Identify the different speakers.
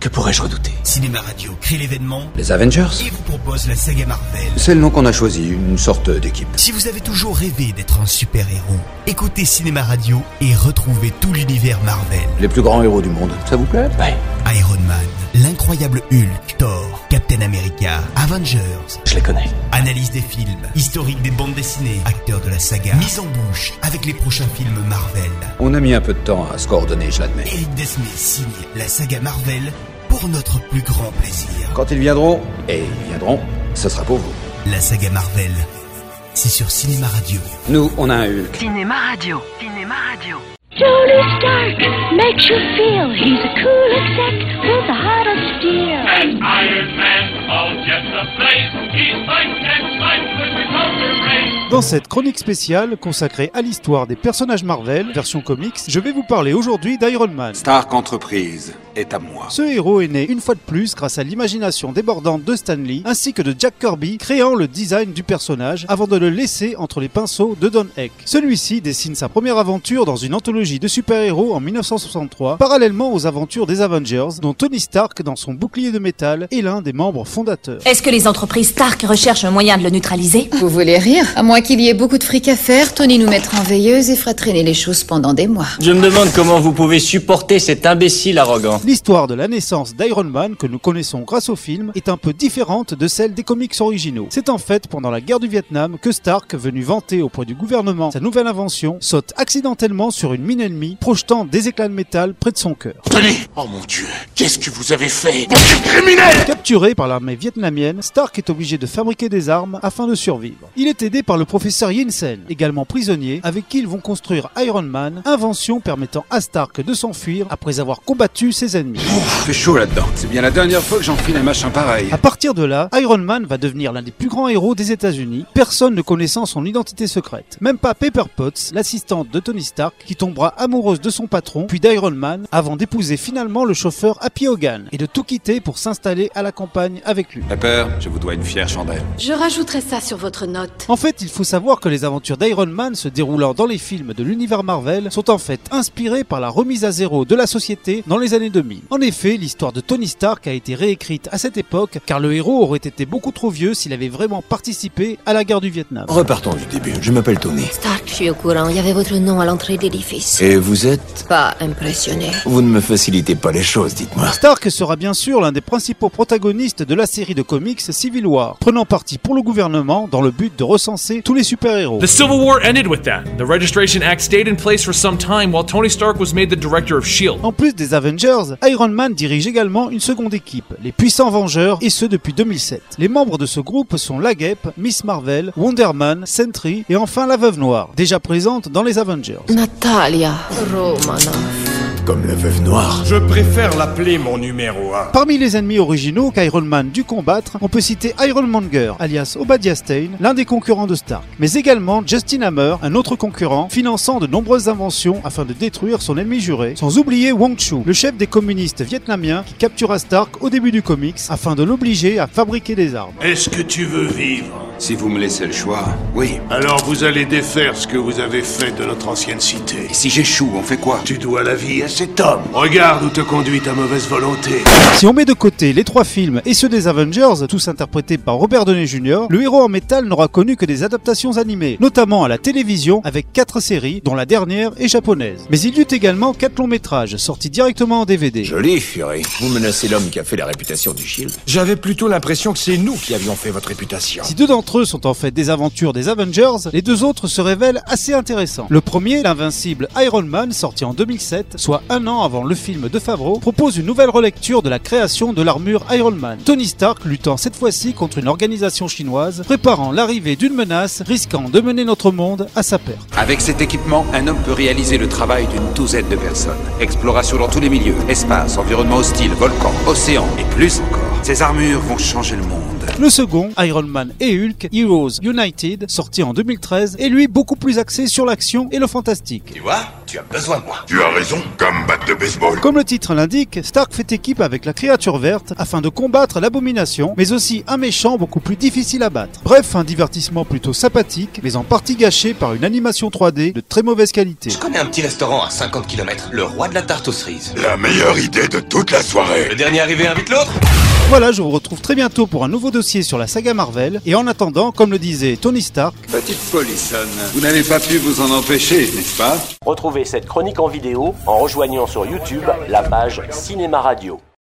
Speaker 1: Que pourrais-je redouter
Speaker 2: Cinéma Radio crée l'événement
Speaker 1: Les Avengers
Speaker 2: et vous propose la saga Marvel.
Speaker 1: C'est le nom qu'on a choisi, une sorte d'équipe.
Speaker 2: Si vous avez toujours rêvé d'être un super-héros, écoutez Cinéma Radio et retrouvez tout l'univers Marvel.
Speaker 1: Les plus grands héros du monde. Ça vous plaît Ouais.
Speaker 2: Iron Man, l'incroyable Hulk, Thor, Captain America, Avengers.
Speaker 1: Je les connais.
Speaker 2: Analyse des films, historique des bandes dessinées, acteurs de la saga, mise en bouche avec les prochains films Marvel.
Speaker 1: On a mis un peu de temps à se coordonner, je l'admets.
Speaker 2: Eric Desmé signe la saga Marvel pour notre plus grand plaisir.
Speaker 1: Quand ils viendront, et ils viendront, ce sera pour vous.
Speaker 2: La saga Marvel, c'est sur Cinéma Radio.
Speaker 1: Nous, on a un Hulk.
Speaker 3: Cinéma Radio. Cinéma Radio.
Speaker 4: Tony Stark makes you feel he's a cool exec with a heart of steel.
Speaker 5: And Iron Man, all just a place. He's fights and fights with the conquer race.
Speaker 6: Dans cette chronique spéciale consacrée à l'histoire des personnages Marvel, version comics, je vais vous parler aujourd'hui d'Iron Man.
Speaker 7: Stark Enterprise est à moi.
Speaker 6: Ce héros est né une fois de plus grâce à l'imagination débordante de Stan Lee ainsi que de Jack Kirby, créant le design du personnage avant de le laisser entre les pinceaux de Don Heck. Celui-ci dessine sa première aventure dans une anthologie de super-héros en 1963, parallèlement aux aventures des Avengers, dont Tony Stark, dans son bouclier de métal, est l'un des membres fondateurs.
Speaker 8: Est-ce que les entreprises Stark recherchent un moyen de le neutraliser
Speaker 9: Vous voulez rire À moins qu'il y ait beaucoup de fric à faire, Tony nous mettra en veilleuse et fera traîner les choses pendant des mois.
Speaker 10: Je me demande comment vous pouvez supporter cet imbécile arrogant.
Speaker 6: L'histoire de la naissance d'Iron Man que nous connaissons grâce au film est un peu différente de celle des comics originaux. C'est en fait pendant la guerre du Vietnam que Stark, venu vanter auprès du gouvernement sa nouvelle invention, saute accidentellement sur une mine ennemie, projetant des éclats de métal près de son cœur.
Speaker 5: Tenez Oh mon dieu, qu'est-ce que vous avez fait
Speaker 6: Capturé par l'armée vietnamienne, Stark est obligé de fabriquer des armes afin de survivre. Il est aidé par le professeur Yinsen, également prisonnier, avec qui ils vont construire Iron Man, invention permettant à Stark de s'enfuir après avoir combattu ses ennemis.
Speaker 7: Fait chaud là-dedans. C'est bien la dernière fois que j'enfile un machin pareil.
Speaker 6: À partir de là, Iron Man va devenir l'un des plus grands héros des États-Unis, personne ne connaissant son identité secrète. Même pas Pepper Potts, l'assistante de Tony Stark, qui tombera amoureuse de son patron, puis d'Iron Man, avant d'épouser finalement le chauffeur Happy Hogan, et de tout quitter pour s'installer à la campagne avec lui.
Speaker 7: La peur, je vous dois une fière chandelle.
Speaker 11: Je rajouterai ça sur votre note.
Speaker 6: En fait, il faut savoir que les aventures d'Iron Man se déroulant dans les films de l'univers Marvel sont en fait inspirées par la remise à zéro de la société dans les années 2000. En effet, l'histoire de Tony Stark a été réécrite à cette époque car le héros aurait été beaucoup trop vieux s'il avait vraiment participé à la guerre du Vietnam.
Speaker 7: Repartons du début. Je m'appelle Tony.
Speaker 9: Stark, je suis au courant. Il y avait votre nom à l'entrée de l'édifice.
Speaker 7: Et vous êtes
Speaker 9: Pas impressionné.
Speaker 7: Vous ne me facilitez pas les choses, dites-moi.
Speaker 6: Stark sera bien sûr l'un des principaux protagonistes de la série de comics Civil War, prenant parti pour le gouvernement dans le but de recenser tous les super-héros.
Speaker 12: The Civil War ended with that. The Registration Act stayed in place for some time while Tony Stark was made the director of S.H.I.E.L.D.
Speaker 6: En plus des Avengers, Iron Man dirige également une seconde équipe, les Puissants Vengeurs, et ce depuis 2007. Les membres de ce groupe sont La Guêpe, Miss Marvel, Wonder Man, Sentry et enfin la Veuve Noire, déjà présente dans les Avengers.
Speaker 9: Natalia Romanoff.
Speaker 7: Comme la veuve noire.
Speaker 5: Je préfère l'appeler mon numéro 1.
Speaker 6: Parmi les ennemis originaux qu'Iron Man dut combattre, on peut citer Iron Monger, alias Obadiah Stane, l'un des concurrents de Stark, mais également Justin Hammer, un autre concurrent, finançant de nombreuses inventions afin de détruire son ennemi juré, sans oublier Wong Chu, le chef des communistes vietnamiens qui captura Stark au début du comics afin de l'obliger à fabriquer des armes.
Speaker 5: Est-ce que tu veux vivre
Speaker 7: Si vous me laissez le choix, oui.
Speaker 5: Alors vous allez défaire ce que vous avez fait de notre ancienne cité.
Speaker 7: Et si j'échoue, on fait quoi
Speaker 5: Tu dois la vie à cet homme. Regarde où te conduit ta mauvaise volonté.
Speaker 6: Si on met de côté les trois films et ceux des Avengers, tous interprétés par Robert Downey Jr., le héros en métal n'aura connu que des adaptations animées, notamment à la télévision avec quatre séries, dont la dernière est japonaise. Mais il y eut également quatre longs métrages, sortis directement en DVD.
Speaker 7: Jolie furie. Vous menacez l'homme qui a fait la réputation du Shield.
Speaker 5: J'avais plutôt l'impression que c'est nous qui avions fait votre réputation.
Speaker 6: Si deux d'entre eux sont en fait des aventures des Avengers, les deux autres se révèlent assez intéressants. Le premier, l'invincible Iron Man, sorti en 2007, soit un an avant le film de Favreau, propose une nouvelle relecture de la création de l'armure Iron Man. Tony Stark luttant cette fois-ci contre une organisation chinoise, préparant l'arrivée d'une menace risquant de mener notre monde à sa perte.
Speaker 7: Avec cet équipement, un homme peut réaliser le travail d'une douzaine de personnes. Exploration dans tous les milieux, espace, environnement hostile, volcan, océan et plus encore. Ces armures vont changer le monde.
Speaker 6: Le second, Iron Man et Hulk, Heroes United, sorti en 2013, est lui beaucoup plus axé sur l'action et le fantastique.
Speaker 13: Tu vois, tu as besoin de moi. Tu as raison, comme batte de baseball.
Speaker 6: Comme le titre l'indique, Stark fait équipe avec la créature verte afin de combattre l'abomination, mais aussi un méchant beaucoup plus difficile à battre. Bref, un divertissement plutôt sympathique, mais en partie gâché par une animation 3D de très mauvaise qualité.
Speaker 13: Je connais un petit restaurant à 50 km, le roi de la tarte aux cerises. La meilleure idée de toute la soirée. Le dernier arrivé invite l'autre
Speaker 6: Voilà, je vous retrouve très bientôt pour un nouveau dossier sur la saga Marvel, et en attendant, comme le disait Tony Stark,
Speaker 7: Petite polissonne, vous n'avez pas pu vous en empêcher, n'est-ce pas
Speaker 14: Retrouvez cette chronique en vidéo en rejoignant sur YouTube la page Cinéma Radio.